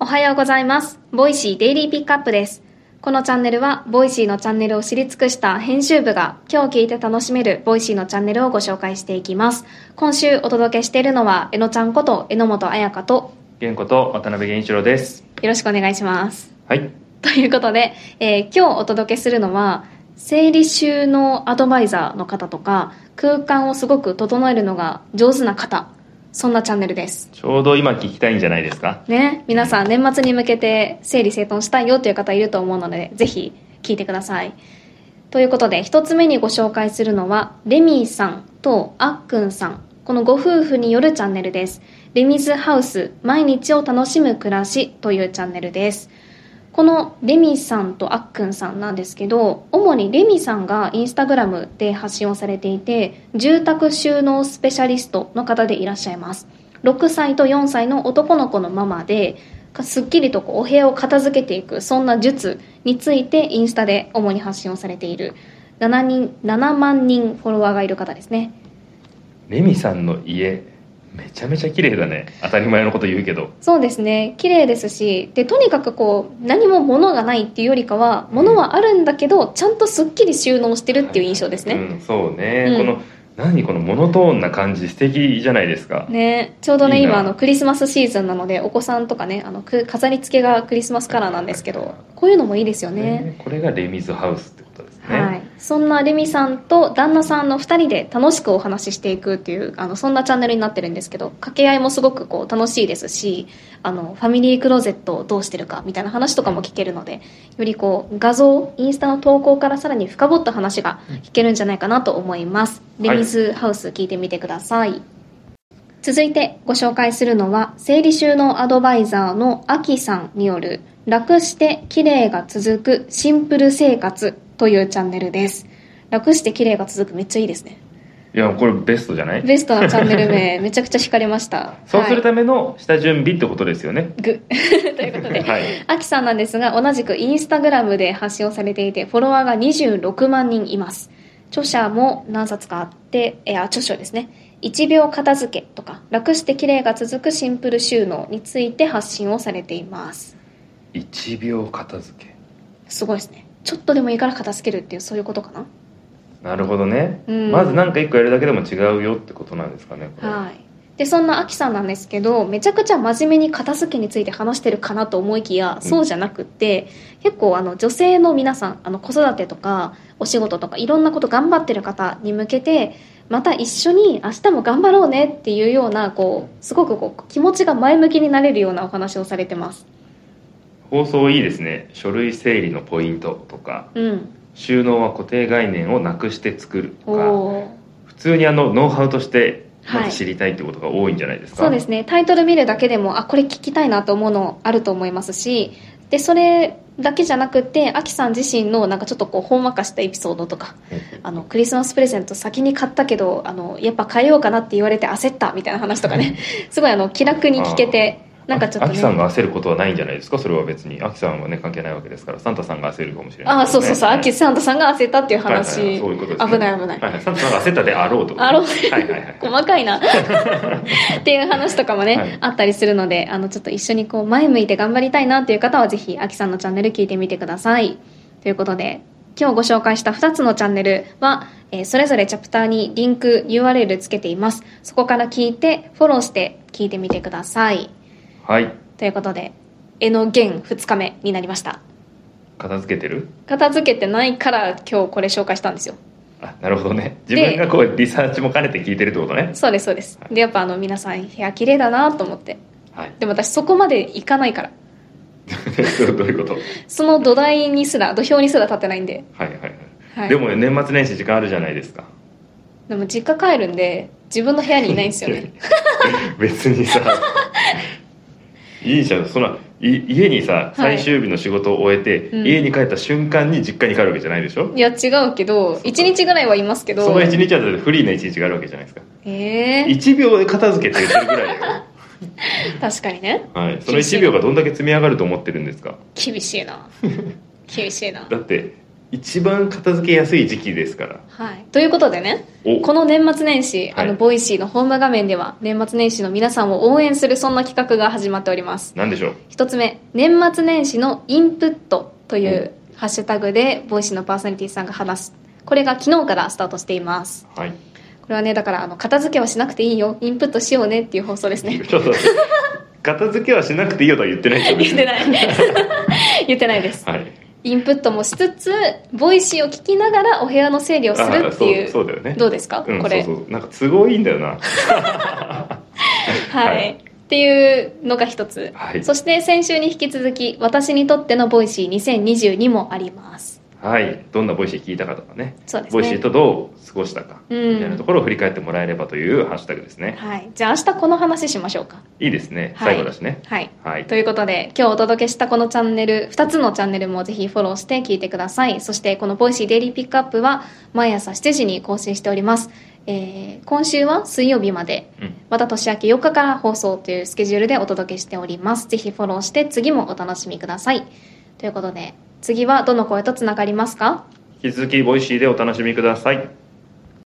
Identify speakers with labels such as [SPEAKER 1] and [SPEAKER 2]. [SPEAKER 1] おはようございます。ボイシーデイリーピックアップです。このチャンネルは、ボイシーのチャンネルを知り尽くした編集部が、今日聞いて楽しめるボイシーのチャンネルをご紹介していきます。今週お届けしているのは、えのちゃんこと榎本彩香と、
[SPEAKER 2] 源子と渡辺源一郎です。
[SPEAKER 1] よろしくお願いします。
[SPEAKER 2] はい。
[SPEAKER 1] ということで、えー今日お届けするのは生理収納アドバイザーの方とか空間をすごく整えるのが上手な方そんなチャンネルです。
[SPEAKER 2] ちょうど今聞きたいんじゃないですか。
[SPEAKER 1] ね、皆さん年末に向けて整理整頓したいよという方いると思うのでぜひ聞いてください。ということで一つ目にご紹介するのはレミーさんとあっくんさんこのご夫婦によるチャンネルです。レミズハウス毎日を楽しむ暮らしというチャンネルです。このレミさんとあっくんさんなんですけど主にレミさんがインスタグラムで発信をされていて住宅収納スペシャリストの方でいらっしゃいます6歳と4歳の男の子のママですっきりとこうお部屋を片付けていくそんな術についてインスタで主に発信をされている7人7万人フォロワーがいる方ですね
[SPEAKER 2] レミさんの家、めちゃめちゃ綺麗だね。当たり前のこと言うけど。
[SPEAKER 1] そうですね綺麗ですしでとにかくこう何も物がないっていうよりかは物はあるんだけどちゃんとすっきり収納してるっていう印象ですね、
[SPEAKER 2] うん、そうね。
[SPEAKER 1] うん
[SPEAKER 2] この、何このモノトーンな感じ、素敵じゃないですか。
[SPEAKER 1] ねちょうどね
[SPEAKER 2] いいな
[SPEAKER 1] 今あのクリスマスシーズンなのでお子さんとかねあのく飾り付けがクリスマスカラーなんですけどこういうのもいいですよね、
[SPEAKER 2] これがレミズハウスってことですね。
[SPEAKER 1] はい、そんなレミさんと旦那さんの2人で楽しくお話ししていくっていうあのそんなチャンネルになってるんですけど掛け合いもすごくこう楽しいですしあのファミリークローゼットをどうしてるかみたいな話とかも聞けるのでよりこう画像インスタの投稿からさらに深掘った話が聞けるんじゃないかなと思います。
[SPEAKER 2] はい
[SPEAKER 1] レミズハウス聞いてみてください続いてご紹介するのは整理収納アドバイザーのあきさんによる「楽して綺麗が続くシンプル生活」というチャンネルです楽して綺麗が続くめっちゃいいですね
[SPEAKER 2] いや、これベストじゃない
[SPEAKER 1] ベストなチャンネル名めちゃくちゃ惹かれました
[SPEAKER 2] そうする
[SPEAKER 1] は
[SPEAKER 2] ための下準備ってことですよね。
[SPEAKER 1] い、グ ということで
[SPEAKER 2] はい。
[SPEAKER 1] あきさんなんですが同じくインスタグラムで発信をされていてフォロワーが26万人います著者も何冊かあってえーあ著書ですね1秒片付けとか楽して綺麗が続くシンプル収納について発信をされています
[SPEAKER 2] 1秒片付け。
[SPEAKER 1] すごいですねちょっとでもいいから片付けるっていうそういうことかな
[SPEAKER 2] なるほどね。
[SPEAKER 1] うん
[SPEAKER 2] まず何か一個やるだけでも違うよってことなんですかね。これ
[SPEAKER 1] はいでそんなあきさんなんですけどめちゃくちゃ真面目に片付けについて話してるかなと思いきやそうじゃなくって、結構あの女性の皆さんあの子育てとかお仕事とかいろんなこと頑張ってる方に向けてまた一緒に明日も頑張ろうねっていうようなこうすごくこう気持ちが前向きになれるようなお話をされてます。
[SPEAKER 2] 放送いいですね書類整理のポイントとか
[SPEAKER 1] うん、
[SPEAKER 2] 収納は固定概念をなくして作るとか
[SPEAKER 1] おー
[SPEAKER 2] 普通にあのノウハウとして
[SPEAKER 1] はい
[SPEAKER 2] まず知りたいってことが多いんじゃないですか、
[SPEAKER 1] そうですねタイトル見るだけでもあこれ聞きたいなと思うのあると思いますしでそれだけじゃなくてアキさん自身のなんかちょっとこうほんわかしたエピソードとかあのクリスマスプレゼント先に買ったけどあのやっぱ変えようかなって言われて焦ったみたいな話とかねすごいあの気楽に聞けてなんかちょっ
[SPEAKER 2] あ
[SPEAKER 1] と
[SPEAKER 2] きさん
[SPEAKER 1] ね
[SPEAKER 2] が焦ることはないんじゃないですかそれは別にあきさんはね関係ないわけですからサンタさんが焦るかもしれない、
[SPEAKER 1] ああそうそうそうアキ
[SPEAKER 2] さ
[SPEAKER 1] サンタさんが焦ったっていうん
[SPEAKER 2] はい
[SPEAKER 1] 話、
[SPEAKER 2] はいはいそういうことですね
[SPEAKER 1] 危ない危ない
[SPEAKER 2] ははサンタさんが焦ったであろうと
[SPEAKER 1] あろう
[SPEAKER 2] はいはいはい
[SPEAKER 1] 細かいなっていう話とかもね、
[SPEAKER 2] はい
[SPEAKER 1] あったりするのであのちょっと一緒にこう前向いて頑張りたいなという方はぜひあきさんのチャンネル聞いてみてくださいということで今日ご紹介した2つのチャンネルは、えーそれぞれチャプターにリンク URL つけていますそこから聞いてフォローして聞いてみてください
[SPEAKER 2] はい
[SPEAKER 1] ということで絵の弦2日目になりました
[SPEAKER 2] 片付けてる
[SPEAKER 1] 片付けてないから今日これ紹介したんですよ
[SPEAKER 2] あなるほどね自分がこうリサーチも兼ねて聞いてるってことね
[SPEAKER 1] そうですそうですでやっぱあの皆さん部屋綺麗だなと思って
[SPEAKER 2] はい
[SPEAKER 1] でも私そこまで行かないから
[SPEAKER 2] どういうこと
[SPEAKER 1] その土台にすら土俵にすら立ってないんで、
[SPEAKER 2] はいはいはい
[SPEAKER 1] はい、
[SPEAKER 2] でも年末年始時間あるじゃないですか
[SPEAKER 1] でも実家帰るんで自分の部屋にいないんですよ ね
[SPEAKER 2] 別 にさいいじゃんそんない家にさ最終日の仕事を終えて、
[SPEAKER 1] うん
[SPEAKER 2] 家に帰った瞬間に実家に帰るわけじゃないでしょ
[SPEAKER 1] いや違うけど1日ぐらいはいますけど
[SPEAKER 2] その一日はだってフリーな一日があるわけじゃないですか
[SPEAKER 1] えー、
[SPEAKER 2] 1秒で片付けって言ってるぐらいだ よ、
[SPEAKER 1] 確かにね
[SPEAKER 2] はい、その1秒がどんだけ積み上がると思ってるんですか
[SPEAKER 1] 厳しいな厳しいな
[SPEAKER 2] だって一番片付けやすい時期ですから
[SPEAKER 1] はい、ということでね
[SPEAKER 2] お
[SPEAKER 1] この年末年始、
[SPEAKER 2] はい
[SPEAKER 1] あのボイシーのホーム画面では年末年始の皆さんを応援するそんな企画が始まっております
[SPEAKER 2] なんでしょう
[SPEAKER 1] 一つ目年末年始のインプットというハッシュタグでボイシーのパーソナリティさんが話すこれが昨日からスタートしています
[SPEAKER 2] はい
[SPEAKER 1] これはねだからあの片付けはしなくていいよインプットしようねっていう放送ですね
[SPEAKER 2] ちょっと待って片付けはしなくていいよとは言ってないでしょ別
[SPEAKER 1] 言っ
[SPEAKER 2] に
[SPEAKER 1] てない言ってないです
[SPEAKER 2] はい
[SPEAKER 1] インプットもしつつボイシーを聞きながらお部屋の整理をする
[SPEAKER 2] あ
[SPEAKER 1] っていう
[SPEAKER 2] そうそうだよね
[SPEAKER 1] どうですか、
[SPEAKER 2] うん
[SPEAKER 1] これ
[SPEAKER 2] そうそうなんか都合いいんだよな
[SPEAKER 1] はい、
[SPEAKER 2] はい
[SPEAKER 1] っていうのが一つ、
[SPEAKER 2] はい
[SPEAKER 1] そして先週に引き続き私にとってのボイシー2022もあります
[SPEAKER 2] はいどんなボイシー聞いたかとかね
[SPEAKER 1] そうです
[SPEAKER 2] ボイシ
[SPEAKER 1] ね
[SPEAKER 2] ーとどう過ごしたか
[SPEAKER 1] う
[SPEAKER 2] みたいなと
[SPEAKER 1] ん
[SPEAKER 2] ころを振り返ってもらえればというハッシュタグですね
[SPEAKER 1] はい、じゃあ明日この話しましょうか
[SPEAKER 2] いいですね
[SPEAKER 1] はい
[SPEAKER 2] 最後だしね
[SPEAKER 1] はい
[SPEAKER 2] はい
[SPEAKER 1] ということで今日お届けしたこのチャンネル2つのチャンネルもぜひフォローして聞いてくださいそしてこの「ボイシーデイリーピックアップ」は毎朝7時に更新しております、えー今週は水曜日まで
[SPEAKER 2] うん
[SPEAKER 1] また年明け4日から放送というスケジュールでお届けしておりますぜひフォローして次もお楽しみくださいということで次はどの声とつながりますか
[SPEAKER 2] 引き続きボイシーでお楽しみください